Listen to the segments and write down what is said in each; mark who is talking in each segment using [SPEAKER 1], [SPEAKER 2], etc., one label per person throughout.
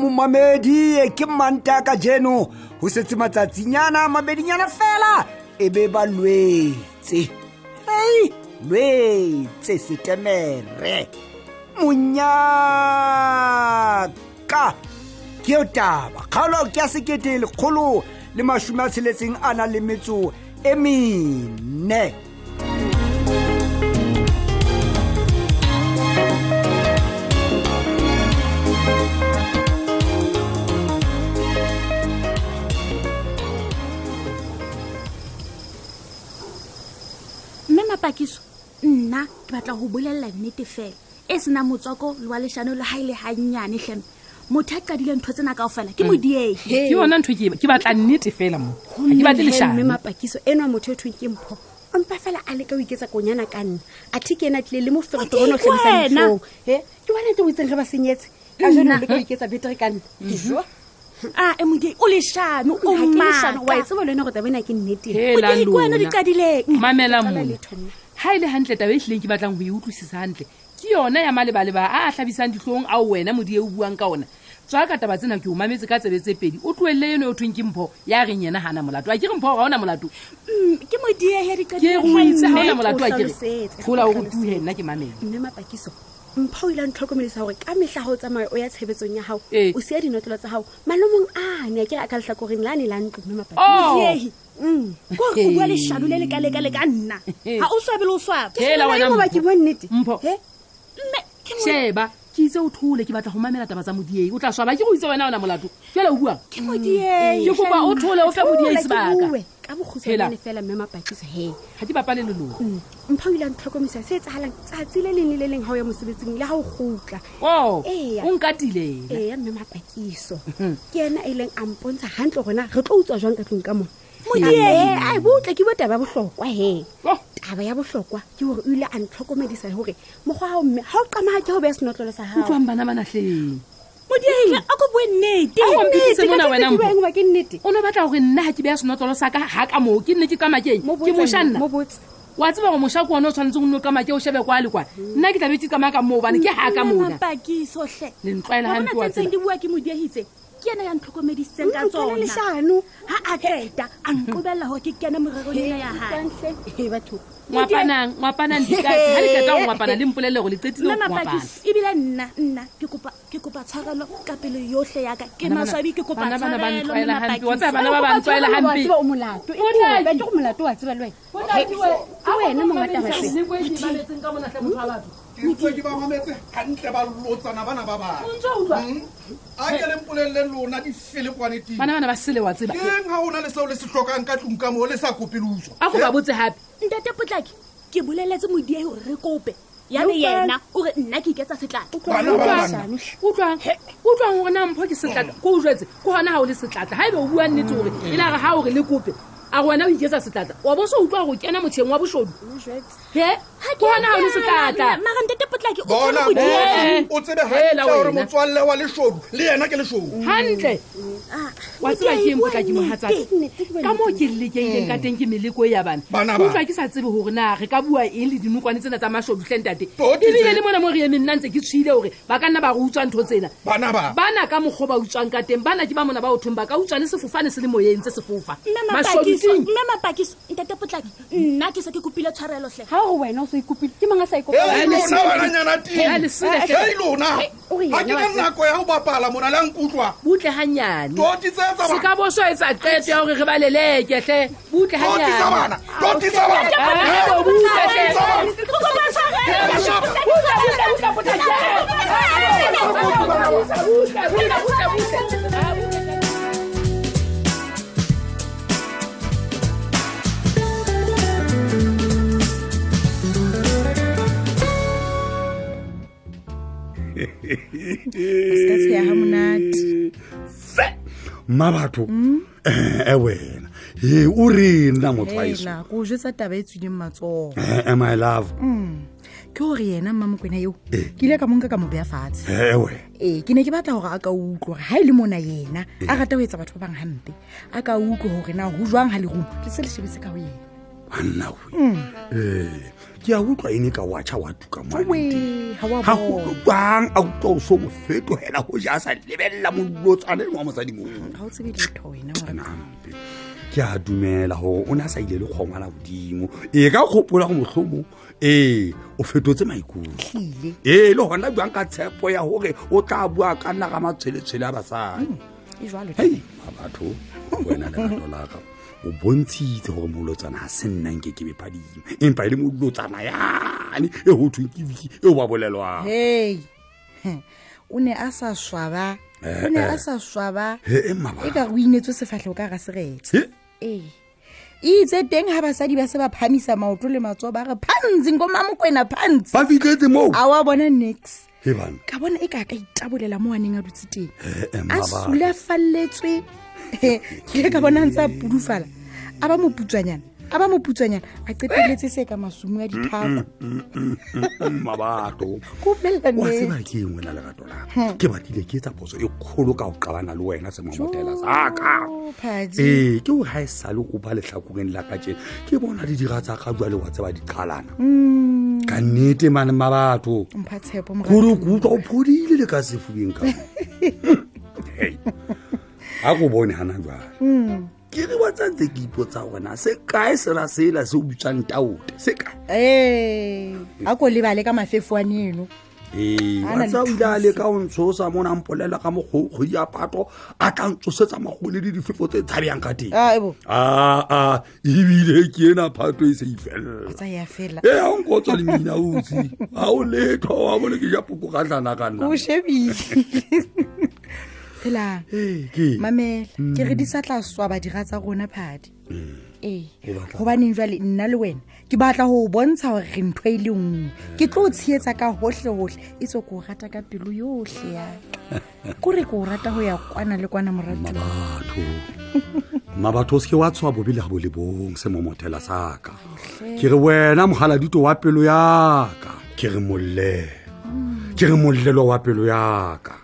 [SPEAKER 1] momamedi e ke mantaka jeno ho setse matsatsinyana mabedinyana fela e be ba lwetse ei lwetse setemere monyaka ke yo taba kgaolo ke ya sekete lekgolo le mashome a tsheletseng a nang le metso e mene
[SPEAKER 2] mme mapakiso nna ke batla ho bolella nnete fela e senang motswako le wa leshano le ha e le gannyane tlheme motho a qadile ntho tsena kao fela
[SPEAKER 3] Mm.
[SPEAKER 2] ke
[SPEAKER 3] ke
[SPEAKER 2] modiege
[SPEAKER 3] yona ntho ke- ke batla nnete fela mo Ha ke batle leshano
[SPEAKER 4] mapakiso enwa motho yo thweng ke mpho o mpa fela a leka o iketsa konyana ka nna athe ke ena a tlile le mofereferone o
[SPEAKER 2] Ke wena.
[SPEAKER 4] tlhabisaditlhong e ke wanete o itseng re ba senyetse ka jone o leka o iketsa betere ka nna
[SPEAKER 3] Mhm.
[SPEAKER 4] Jo.
[SPEAKER 2] a e modiege o leshano o
[SPEAKER 4] Ha ke leshano, wa e
[SPEAKER 2] maaka
[SPEAKER 4] tseba le ena gore tabena ke nneteng
[SPEAKER 3] Hela
[SPEAKER 2] modiege wena di
[SPEAKER 3] lona.
[SPEAKER 2] qadileng
[SPEAKER 3] mamela
[SPEAKER 4] Qala
[SPEAKER 3] mona
[SPEAKER 4] letho nna.
[SPEAKER 3] ha e le hantle taba e hlileng ke batlang ho e utlwisisa hantle ke yona ya malebaleba a a tlhabisang ditlhong ao wena modie o buang ka ona tswa ka taba tsena ke o mametse ka tsebe tse pedi o tlohelle eno e thweng ke mpho ya reng yena gana molato a ke re mpho ga ona molato
[SPEAKER 2] Mm, ke modiege di
[SPEAKER 3] ke re o itse ha ona molato a
[SPEAKER 4] o
[SPEAKER 3] kere
[SPEAKER 4] hlalosetse,
[SPEAKER 3] thola o
[SPEAKER 4] o
[SPEAKER 3] re
[SPEAKER 4] hlalosetse.
[SPEAKER 3] tuhe nna ke mamela
[SPEAKER 4] mme mapakiso mpha o ile a ntlhokomedisa gore ka metlha ga o tsamaya o ya tshebetsong ya gago
[SPEAKER 3] Ee.
[SPEAKER 4] o sia dinotlelo tsa gago malomong ane a kere a ka letlhakoreng le a ne la ntlo mme
[SPEAKER 3] Oh.
[SPEAKER 2] modiege
[SPEAKER 4] Mm.
[SPEAKER 2] kore o bua leshano le lekalekaleka ka nna ga o swabe le o
[SPEAKER 3] Hela wena
[SPEAKER 4] mapakisoba ke
[SPEAKER 3] Mpho.
[SPEAKER 4] mo nnete
[SPEAKER 3] Mpho.
[SPEAKER 4] He?
[SPEAKER 2] swabe
[SPEAKER 3] sheba ke itse o thole ke batla go mamela taba tsa modiei o tla swaba ke go itse wena ona molato jale o buang
[SPEAKER 2] ke modiege
[SPEAKER 3] ke kopa o thole o fe modiei
[SPEAKER 4] Thola e, ke
[SPEAKER 3] sebaka
[SPEAKER 4] bue. ka
[SPEAKER 3] Hela.
[SPEAKER 4] bokgutshwane fela mme mapakiso he
[SPEAKER 3] ga ke bapale le lona
[SPEAKER 4] mpha o ile a ntlhokomedisa se tsagalang tsatsi le leng le le leng ga o ya mosebetsing le ga o gotla
[SPEAKER 3] o
[SPEAKER 4] Eya.
[SPEAKER 3] o nkatilena
[SPEAKER 4] ee mme mapakiso
[SPEAKER 3] Mhm.
[SPEAKER 4] ke ena a ileng a mpontsha gantle gona re tlo utswa jwang ka tlong ka mone modie a botle ke bo taba ya botlhokwa he
[SPEAKER 3] Oh.
[SPEAKER 4] taba ya botlhokwa ke gore o ile a ntlhokomedisa gore mokgwa gao mme ga o qamaga ke go beya senotlolo sa gago
[SPEAKER 3] utlwang bana banatleng
[SPEAKER 2] modiege a ko bue nnete
[SPEAKER 3] Ha o mphitise mona wena Mpho.
[SPEAKER 4] ba ke nnete
[SPEAKER 3] o ne o batla gore nna ga ke beya senotlolo sa ka ga ka moo ke nne ke kamakeng
[SPEAKER 4] Mo
[SPEAKER 3] ke moša
[SPEAKER 4] botsa
[SPEAKER 3] nna
[SPEAKER 4] nna, mo botse
[SPEAKER 3] wa tseba gore moša ke one o tshwanetseng o nne o kamake o shebe kwa le kwa nna ke tlabe ke kamaya ka moo obane ke ga ka moona
[SPEAKER 2] mapakisohle
[SPEAKER 3] le ntlwaela hampe wa
[SPEAKER 2] tseng
[SPEAKER 3] tsela
[SPEAKER 2] di bua ke modiegitse ke ena ya ntlhokomedisitseng ka
[SPEAKER 4] Ntlwana
[SPEAKER 2] tsona
[SPEAKER 4] leshano
[SPEAKER 2] ha a qeta a nqobella gore ke kene morerolena ya gae
[SPEAKER 4] Ntlwantle. He, batho
[SPEAKER 3] ngwapanang ngwapanang dikatse ga le qeta go ngwapana le mpolelele gore le qetile
[SPEAKER 2] mme
[SPEAKER 3] ho ngwapana
[SPEAKER 2] mapakiso ebile nna nna ke kopa- ke kopa tshwarelo ka pelo yohle yaka ke
[SPEAKER 3] Bana bana-
[SPEAKER 2] maswabi ke kopa
[SPEAKER 3] bana bana ba
[SPEAKER 2] tshwarelo mme
[SPEAKER 3] ntlwaela hampe. Wa tseba bana
[SPEAKER 2] mapakiso
[SPEAKER 3] ba ba
[SPEAKER 4] Wa
[SPEAKER 3] ntlwaela
[SPEAKER 4] tseba
[SPEAKER 3] hampe.
[SPEAKER 4] o molato
[SPEAKER 3] Ho tla-
[SPEAKER 4] Ee, ke ke molato wa tseba le wena ke wena mongataba
[SPEAKER 5] ke utswe ke ba mametse gantle ba lotsana bana ba bangwe Mm? a ke lempolelele lona difelekoaneteng
[SPEAKER 3] bana bana ba sele wa tseba
[SPEAKER 5] ke eng ga ona le seo le se tlhokang ka tlong ka moo le sa kopele utswa
[SPEAKER 3] a ko ba botse gape
[SPEAKER 2] ntate potlaki ke boleletse modiege gore re kope yabe yena o re nna ke iketsa setlata
[SPEAKER 5] bana ba bangwe
[SPEAKER 3] utlwang utlwang gore na mpho ke setlatla ko o jetse ke gona ga o le setlatla ga ebe o bua nnetse gore e nare ga ore le kope a re wena o iketsa setlatla wa bo se utlwa go kena motšheng wa bosodu he ke gona ga o le setlatla
[SPEAKER 2] marantate potlaki o tshwere
[SPEAKER 5] bona
[SPEAKER 2] modiege
[SPEAKER 3] Eh.
[SPEAKER 5] o tsebe gantle
[SPEAKER 3] Hela
[SPEAKER 5] gore
[SPEAKER 3] wena.
[SPEAKER 5] motswalle wa leshodu le yena ke leshodu
[SPEAKER 3] gantle
[SPEAKER 2] Ah,
[SPEAKER 3] wa tseba ke eng potlaki mogatsaka ka moo ke lekeileng ka teng ke meleko e ya bana
[SPEAKER 5] Bana
[SPEAKER 3] Ke
[SPEAKER 5] ba.
[SPEAKER 3] utlwa ke sa tsebe gore na re ka bua eng le dinokwane tsena tsa masodutleng tate
[SPEAKER 5] Toti tse.
[SPEAKER 3] ebile le mona mo re emeng nna ntse ke tshile gore ba ka nna ba re utswa ntho tsena
[SPEAKER 5] bana ba
[SPEAKER 3] Ah. bana ka mokgwa ba utswang ka teng bana ke ba mona ba othong ba ka utswa le sefofane se le moyeng tse sefofa
[SPEAKER 2] mme mapakiso
[SPEAKER 3] masodutleng
[SPEAKER 2] mme mapakiso ntate potlaki nna ke se ke kopile tshwarelotlhe
[SPEAKER 4] ga ore wena o se ikopile ke mang a sa
[SPEAKER 3] Eh,
[SPEAKER 5] Hei,
[SPEAKER 3] le
[SPEAKER 5] lona
[SPEAKER 3] sele-
[SPEAKER 5] bananyana
[SPEAKER 3] Hei, le sele-
[SPEAKER 5] hei lona
[SPEAKER 4] o reng
[SPEAKER 5] ga ke na
[SPEAKER 4] yena wa tseba?
[SPEAKER 5] nako ya go bapala mona le a nkutlwa
[SPEAKER 3] butle ganyane
[SPEAKER 5] toti tse tsa
[SPEAKER 3] se
[SPEAKER 5] bana
[SPEAKER 3] ka boso etsa qeto ya gore re baleleketlhe butle
[SPEAKER 5] toti tsa
[SPEAKER 3] ganyane
[SPEAKER 5] bana toti tsa bana
[SPEAKER 3] Ah,
[SPEAKER 5] Hei,
[SPEAKER 3] o butle
[SPEAKER 5] toti
[SPEAKER 3] hle.
[SPEAKER 5] tsa bana.
[SPEAKER 6] ka tsheya monate
[SPEAKER 7] mmabatho e wena e o re nna motlwaiso
[SPEAKER 6] hela ko o jetsa taba e tswileng matsogo
[SPEAKER 7] e my love
[SPEAKER 6] ke gore yena mmamokwena eo ke ile ka monka ka mo beya fatshe
[SPEAKER 7] e wena
[SPEAKER 6] ee ke ne ke batla gore a ka utlwe gore ga e le mona yena a rata go etsa batho ba bangwe gampe a ka utlwe gore na go jwang ga lerumo le se le shebetse ka go yena
[SPEAKER 7] banna we ee ke a utlwa e ne ka watšha wa tuka moanete ga go kwang a utlwa o so mo fetogela go ja a sa lebelela molotsaneng wa mosading oo
[SPEAKER 6] ga o tsebe letho wena hore-
[SPEAKER 7] nampe ke a dumela gore o ne a sa ile le kgongwa la godimo e ka kgopola go motlhomo ee o fetotse maikutlo ee le gona jwang ka tshepo ya gore o tla bua ka nna ga matshweletshwele a basadi
[SPEAKER 6] e jwalo
[SPEAKER 7] hei mabatho wena lerato laka o bontshitse gore molotsana ga se nnang ke kebe phadimo empa e le molotsana yane e go thweng ke biki e o ba bolelwang
[SPEAKER 6] hei He, o ne a sa swaba
[SPEAKER 7] Eh,
[SPEAKER 6] o ne a sa swaba
[SPEAKER 7] He, e
[SPEAKER 6] e
[SPEAKER 7] mabaka
[SPEAKER 6] ka o inetswe sefatlhego ka ga
[SPEAKER 7] He,
[SPEAKER 6] seretse ee e itse teng ga basadi ba se ba phamisa maoto le matso ba re phantsi ko mamokwena phantsi
[SPEAKER 7] ba fitletse moo
[SPEAKER 6] a wa bona nix
[SPEAKER 7] e bana
[SPEAKER 6] ka bona e ka ka itabolela mo aneng a dutse teng
[SPEAKER 7] He, e
[SPEAKER 6] a
[SPEAKER 7] mabaka.
[SPEAKER 6] sulafalletswe ke ile ka bona a ntse a pudufala a ba moputswanyana a ba moputswanyana a qeteletse se ka masumo a dithako
[SPEAKER 7] Mm, mabato
[SPEAKER 6] Ko bolella
[SPEAKER 7] wa
[SPEAKER 6] nnete.
[SPEAKER 7] tseba ke engwe na lerato laka ke batlile ke etsa poso e kgolo ka go qabana le wena semamotela saka
[SPEAKER 6] Oh, Padi.
[SPEAKER 7] ee ke o ga e sale o ba letlhakoreng la ka tjena ke bona di dira tsa ka jwa le wa tseba diqhalana ka nnete mane mabatho
[SPEAKER 6] mpha tshepo
[SPEAKER 7] gore
[SPEAKER 6] moratuwa.
[SPEAKER 7] ko utlwa o phodile le ka sefubeng ka ga ko bone gana jale ke re wa tsantse ke ipotsa gona se kae sera sela se o bitswang taote se kae
[SPEAKER 6] ee a ko lebale ka mafefo ane eno
[SPEAKER 7] ee
[SPEAKER 6] A
[SPEAKER 7] wa
[SPEAKER 6] na le
[SPEAKER 7] tseba o ile a
[SPEAKER 6] thuso.
[SPEAKER 7] leka o ntshosa mo na mpolela ka mokgo- kgwedi ya pato a tla ntsosetsa magole le difefo tse tshabeyang ka teng
[SPEAKER 6] Ah, ebo.
[SPEAKER 7] aa ebile ke ena phato e se e felela
[SPEAKER 6] tsaya fela
[SPEAKER 7] e ga nkotswa le mmina otsi ga o letho wa bone ke japoko ka tlana ka nna
[SPEAKER 6] o shebile phelang
[SPEAKER 7] Ee, ke Mm. eng?
[SPEAKER 6] mamela ke re di sa tla swaba dira tsa rona phadi ee
[SPEAKER 7] Ho Eh. batla-
[SPEAKER 6] gobaneng jale nna le wena ke batla go bontsha gore re ntho e le
[SPEAKER 7] Eh.
[SPEAKER 6] nngwe ke tlo o tsheetsa ka gotlhe-gotlhe e tse ko o rata ka pelo yotlhe yaka kore ke o rata go ya kwana le kwana moratu
[SPEAKER 7] mabatho mabatho o seke wa tshoa bobe le ga bo le bong se momotela saka ke re wena mogaladito wa pelo yaka ke re mollelo ke re mollelo wa pelo yaka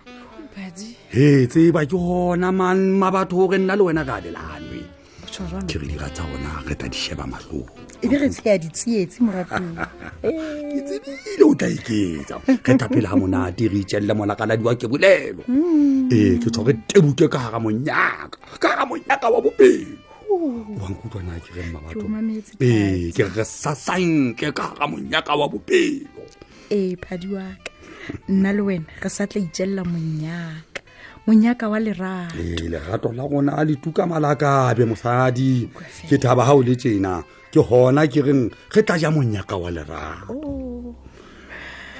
[SPEAKER 6] padi
[SPEAKER 7] he tseba ke gona man mabatho gore nna le wena ka abelanwe
[SPEAKER 6] tsho jalo
[SPEAKER 7] ke re dira tsa gona re tla di sheba matlhong
[SPEAKER 6] e be re tsheya ditsietse moratong
[SPEAKER 7] ke tsebile o tla eketsa re tapele ga monate re itšelele molakaladiwa ke bolelo
[SPEAKER 6] Hmm.
[SPEAKER 7] ee ke tshwa re tebuke ka gara monyaka ka gara monyaka wa bopelo wankutlwana ke re
[SPEAKER 6] Ke o
[SPEAKER 7] mmabatho
[SPEAKER 6] mametse,
[SPEAKER 7] ee ke re re sasanke ka gara monyaka wa bopelo
[SPEAKER 6] ee phadi waka nna le wena re sa tla itselela monyaka monyaka wa lerato
[SPEAKER 7] ee lerato la rona a le tuka malakabe mosadi ke thaba ga o le tsena ke gona ke reng ge tla ja monyaka wa lerato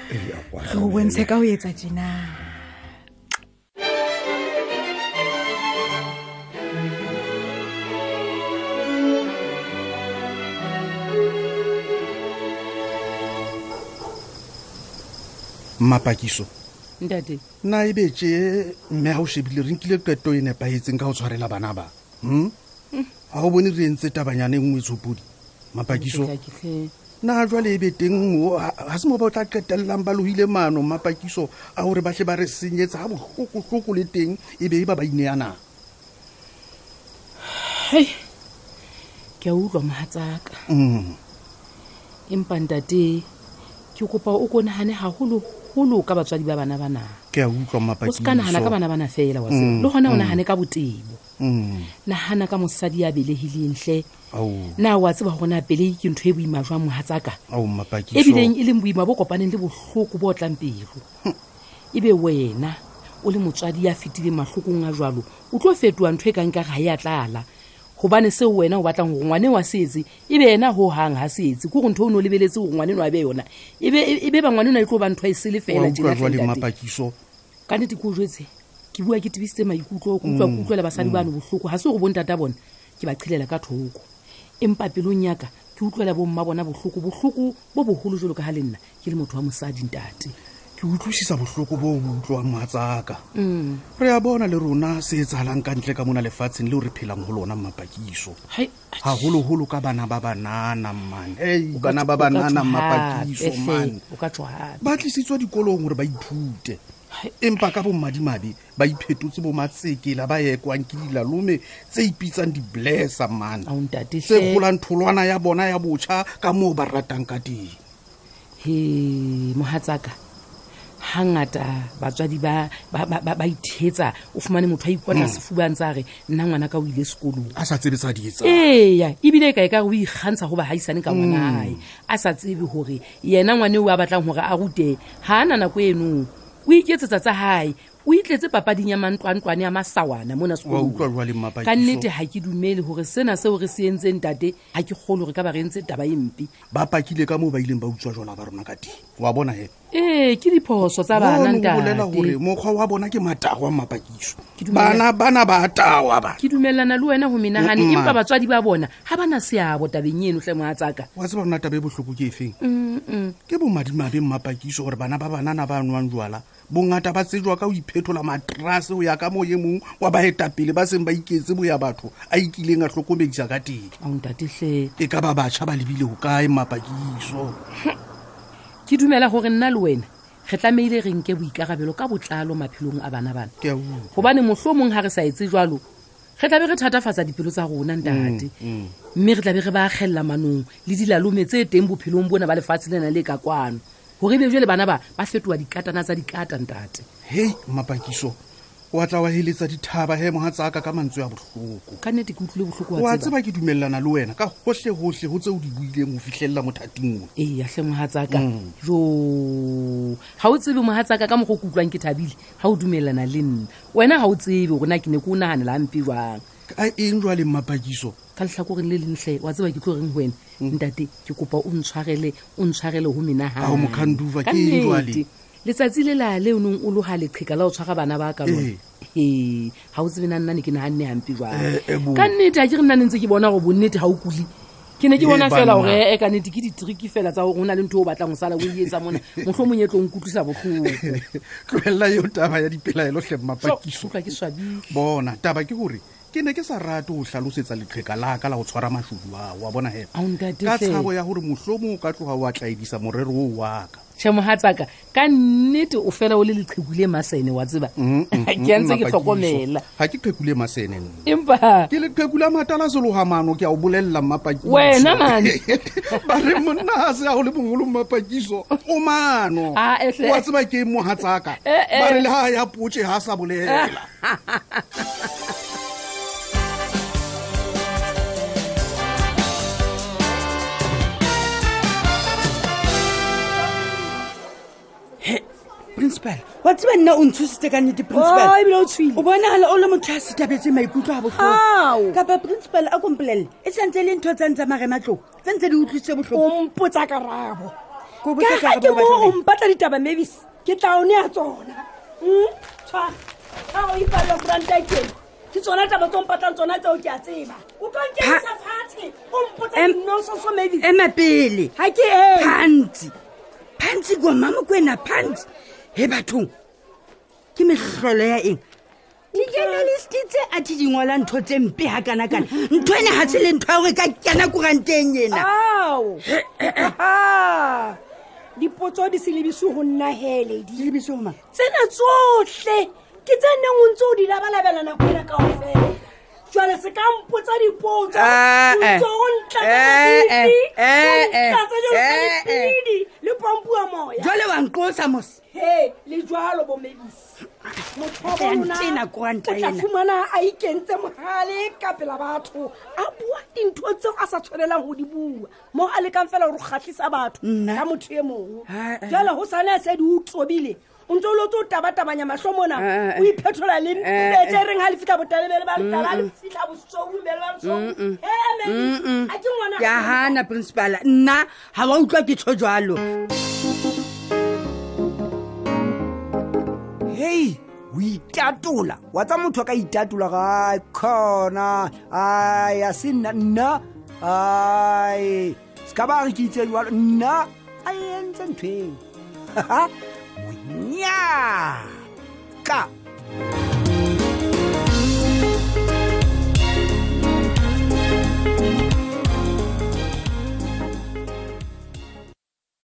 [SPEAKER 7] Ee, a kwa
[SPEAKER 6] re o
[SPEAKER 7] hlolela.
[SPEAKER 6] bontshe ka go etsa jena
[SPEAKER 5] mmapakiso
[SPEAKER 3] ntate
[SPEAKER 5] nna e betse mme ga o shebile re nkile qeto e nepagetseng ka go tshwarela bana ba um
[SPEAKER 3] Hmm.
[SPEAKER 5] ga o bone re entse tabanyane e nngwe tshopodi mapakiso
[SPEAKER 3] Ntate,
[SPEAKER 5] nna jwale e be teng mo, ha ha se mo ba o tla qetelelang ba logile maano mapakiso a gore batle ba re senyetsa ga botlhokotlhoko le teng e be e ba baineyanang
[SPEAKER 3] ke a utlwa mohatsaka
[SPEAKER 5] um
[SPEAKER 3] empa ntate ke kopa o ko nagane gagoloholo ka batswadi ba bana bana
[SPEAKER 5] ke a utlwa
[SPEAKER 3] o se ka nagana ka bana bana fela wa tseba. le gona o nagane ka botebo
[SPEAKER 5] Hmm,
[SPEAKER 3] nagana ka mosadi ya belegilentle na wa tseba gore na pelei ke ntho e boima jwa mohatsaka
[SPEAKER 5] ao mapakiso
[SPEAKER 3] ebileng e leng boima bo kopaneng le botlhoko bo tlang pelo
[SPEAKER 5] Hm.
[SPEAKER 3] ebe wena o le motswadi ya fetileng matlhokong a jalo o tlo fetoa ntho e kang ka ga ya tlala gobane seo wena o batlang gore ngwane wa se etse ebe ena go gang ga se etse ko go ntho o ne o lebeletse gore ngwane no a be yona ebe ebe ba ngwane no e tlo ba ntho e
[SPEAKER 5] Wa
[SPEAKER 3] sele fela
[SPEAKER 5] utlwa
[SPEAKER 3] tjena hle
[SPEAKER 5] jwale
[SPEAKER 3] ntate.
[SPEAKER 5] mapakiso
[SPEAKER 3] ka nnete ke o jetse ke bua ke tebisitse maikutlo ke utlwa
[SPEAKER 5] Mm,
[SPEAKER 3] ke utlwela basadi bano botlhoko ga se gore bontata bona ke ba qhelela ka thoko empa pelong yaka ke utlwela bomma bona botlhoko botlhoko bo bogolo jalo ka ga le nna ke le motho wa mosadi ntate
[SPEAKER 5] ke utlwisisa botlhoko bo o bo utlwang matsaka
[SPEAKER 3] Mm.
[SPEAKER 5] re a bona le rona se e tsalang ka ntle ka mona lefatsheng leo re phelang go lona mapakiso
[SPEAKER 3] Hai, atjhe.
[SPEAKER 5] gagologolo ka bana ba banana man Hei,
[SPEAKER 3] O ka e
[SPEAKER 5] bana ba
[SPEAKER 3] tswa- o ka tswa
[SPEAKER 5] banana
[SPEAKER 3] hape
[SPEAKER 5] mapakiso
[SPEAKER 3] hle,
[SPEAKER 5] man
[SPEAKER 3] o ka tswa hape
[SPEAKER 5] ba tlisitswa dikolong gore ba ithute empa ka bomadimabe ba iphetotse bo matsekela ba ekwang ke dilalome tse ipitsang di-blessa mana
[SPEAKER 3] Ao, ntate
[SPEAKER 5] tse
[SPEAKER 3] hle.
[SPEAKER 5] kgolang tholwana ya bona ya botjha ka moo ba ratang ka teng
[SPEAKER 3] he mohatsaka hangata batswadi ba ba- ba ba- ba ithetsa o fumane motho a ikotla
[SPEAKER 5] Mm.
[SPEAKER 3] sefubang tsa re nna ngwana ka o ile sekolong
[SPEAKER 5] a sa tsebe tsa di etsa
[SPEAKER 3] eya ebile ka e ka re o ikgantsha go baagisane ka
[SPEAKER 5] Mm.
[SPEAKER 3] ngwanae a sa tsebe gore yena ngwane o a batlang gore a rute ga a na nako enong o iketsetsa tsa gae o itletse papading ya mantlwantlwane ya masawana mona
[SPEAKER 5] wa
[SPEAKER 3] sekolong
[SPEAKER 5] utlwa jwale Mmapakiso?
[SPEAKER 3] ka nnete ga ke dumele gore sena seo re se entseng tate ga ke kgolo gore ka ba re entse taba e mpe
[SPEAKER 5] ba pakile ka moo ba ileng ba utswa jwala ba rona ka teng wa bona he
[SPEAKER 3] ee ke diphoso tsa bana
[SPEAKER 5] Hono ho bolela gore
[SPEAKER 3] ntate
[SPEAKER 5] mokgwa wa bona ke matahwa mapakiso
[SPEAKER 3] Ke
[SPEAKER 5] bana
[SPEAKER 3] dumela-
[SPEAKER 5] bana ba atawa bana
[SPEAKER 3] ke dumelana le wena go menagane
[SPEAKER 5] Mm-mm,
[SPEAKER 3] empa
[SPEAKER 5] mama.
[SPEAKER 3] batswadi ba bona ga ba na seabo tabeng eno tlhe moa tsaka
[SPEAKER 5] wa tseba rona taba e botlhoko ke efeng ke bomadimabe mmapakiso gore bana ba banana ba nwang jwala bongata ba tsejwa ka ho iphetola materase go ya ka moye mong wa baetapele ba seng ba iketse bo ya batho a ikileng a tlhokomedisa ka teng
[SPEAKER 3] aontatetlhe
[SPEAKER 5] e ka ba batšha ba lebile go kae mmapakiso
[SPEAKER 3] ke dumela gore nna le wena re tlameile re nke boikarabelo ka botlalo maphelong a bana bana
[SPEAKER 5] ke a utlwa
[SPEAKER 3] gobane motlho mongwe ga re sa etse jalo re tlabe re thatafatsa dipelo tsa rona ntate mme re tlabe re ba akgelela manong le dilalome tse teng bophelong bona ba lefatshe lena le ka kwano gore ebe jale bana ba ba fetoa dikatana tsa dikata ntate
[SPEAKER 5] hei mmapakiso wa tla wa heletsa dithaba he mogatsaka ka mantswe ya botlhoko
[SPEAKER 3] ka nnete ke utlwile botlhoko wa
[SPEAKER 5] wa
[SPEAKER 3] tseba.
[SPEAKER 5] tseba ke dumelelana le wena ka gotlhe-gotlhe go tse o di buileng go fitlhelela mothating one
[SPEAKER 3] ee atlhe mogatsaka jo ga o tsebe mogatsaka ka mokgwa o ke utlwang ke thabile ga o dumelana le nna wena ga o tsebe gorena ke ne ke o naganela mpe jwang
[SPEAKER 5] ka eng jwa le mmapakiso
[SPEAKER 3] ka letlhakoreng le lentle wa tseba ke tlo reng go wena ntate ke kopa o ntshwarele o ntshwarele go
[SPEAKER 5] Mm. Ao, mokhanduva, ke eng jwale?
[SPEAKER 3] letsatsi le la le o neng o loga leqheka la o tshwara bana ba ka lona
[SPEAKER 5] Ee.
[SPEAKER 3] ee ga o tsebena nnane ke naganne hampe jwang
[SPEAKER 5] Eh, eh, bo-
[SPEAKER 3] ka nnete ga ke re nna ne ntse ke bona gore bonnete ga o kule ke ne ke
[SPEAKER 5] Eh,
[SPEAKER 3] bona
[SPEAKER 5] banna.
[SPEAKER 3] fela gore ee ka nnete ke ditriki fela tsa gore go na le ntho o batlang go sala o e etsa mona motlho mong e tlo nkutlwisa
[SPEAKER 5] Eh,
[SPEAKER 3] botlhoko
[SPEAKER 5] tloelela yo taba ya dipelaelo tlhe mmapakiso
[SPEAKER 3] utlwa ke swabile
[SPEAKER 5] bona taba ke gore ke ne ke sa rate go tlhalosetsa leqheka laka la go tshwara mashudu ao wa bona hela
[SPEAKER 3] Ao, ntate
[SPEAKER 5] ka
[SPEAKER 3] hle.
[SPEAKER 5] tshabo ya gore motlhomo o ka tloga wa tlaedisa morero oo waka
[SPEAKER 3] shemohatsaka ka nnete o fela o le leqheku le masene wa tseba
[SPEAKER 5] Mm,
[SPEAKER 3] ke a ntse ke tlhokomela
[SPEAKER 5] ga ke qhekule masene nna.
[SPEAKER 3] empa
[SPEAKER 5] ke leqheku la matala selogamano ke a o bolelela mmapakiso
[SPEAKER 3] Wena, mane.
[SPEAKER 5] ba re monna a se yago le bongolo mmapakiso o mano
[SPEAKER 3] Ah, ehle.
[SPEAKER 5] wa tseba ke mogatsaka
[SPEAKER 3] Eh, eh.
[SPEAKER 5] ba re le ga ya potse ga sa bolela
[SPEAKER 8] principal wa tseba nna o ntshositse ka nnete
[SPEAKER 9] Oh,
[SPEAKER 8] principal
[SPEAKER 9] ebile o tshwile.
[SPEAKER 8] o bonagala o le motho a setabetse maikutlo a
[SPEAKER 9] Ao.
[SPEAKER 8] botlhoko kapa principal a kompolelele e santse le ntho tsa ntsa marematlong tse ntse di utlwisitse botlhoko
[SPEAKER 9] o mpotsa karabo
[SPEAKER 8] Ko botse
[SPEAKER 9] ka ga
[SPEAKER 8] karabo o
[SPEAKER 9] ke
[SPEAKER 8] batla
[SPEAKER 9] mo o
[SPEAKER 8] eng?
[SPEAKER 9] mpatla ditaba mabis ke tlaone ya tsona Mm, tshwara ga o ipalla kuranta keno ke tsona taba tso mpatlang tsona tseo ke a tseba o tlo nkemisa fatshe o mpotsa
[SPEAKER 8] Em-
[SPEAKER 9] dinososo mabis
[SPEAKER 8] ema pele
[SPEAKER 9] ga ke e
[SPEAKER 8] phantsi phantsi ko mamokwena phantsi he bathong ke metlholo ya eng di-journalisti tse a di dingwala ntho tse mpe ga kanakana ntho ene ga se le ntho ya gore ka kena kuranteng ena
[SPEAKER 9] ao Aha. dipotso di se lebise go nna heledi
[SPEAKER 8] Lebisoma,
[SPEAKER 9] tsena tsohle ke tse neng o ntse o di labalabela nako ena kao fela jale se ka mpotsa dipotso
[SPEAKER 8] Ah, eh.
[SPEAKER 9] ntso o
[SPEAKER 8] Eh, eh. Eh, eh.
[SPEAKER 9] ntlatsa
[SPEAKER 8] Eh, eh.
[SPEAKER 9] jalokalefidi le pompua moya
[SPEAKER 8] jwale wa nqosa mose
[SPEAKER 9] he le jalo bomedisi motho wa bo lona
[SPEAKER 8] Ntena koranta
[SPEAKER 9] o tla
[SPEAKER 8] ena.
[SPEAKER 9] fumana a ikentse mogale ka pela batho a bua dintho tseo a sa tshwanelang go di bua mo a lekang fela gore o kgatlhisa batho
[SPEAKER 8] Nna?
[SPEAKER 9] ka motho e mongwe
[SPEAKER 8] Ah, ah.
[SPEAKER 9] jale go sane a se di o tsobile o ntse o lotse o tabatabanya matlho mona
[SPEAKER 8] Ah, ah.
[SPEAKER 9] o iphetola le
[SPEAKER 8] Ah,
[SPEAKER 9] tse reng ga le fitlha botalebele ba letaba le fitlha bosoumele ba lesou
[SPEAKER 8] Mm-mm.
[SPEAKER 9] a ke ngwana
[SPEAKER 8] ke a gana principala nna ga wa utlwa ke tsho jalo
[SPEAKER 1] hei o itatola wa tsa motho a ka itatola ga khona ai a se nna nna ai se ka ba re ke itse jalo nna a entse ntho eo monyaka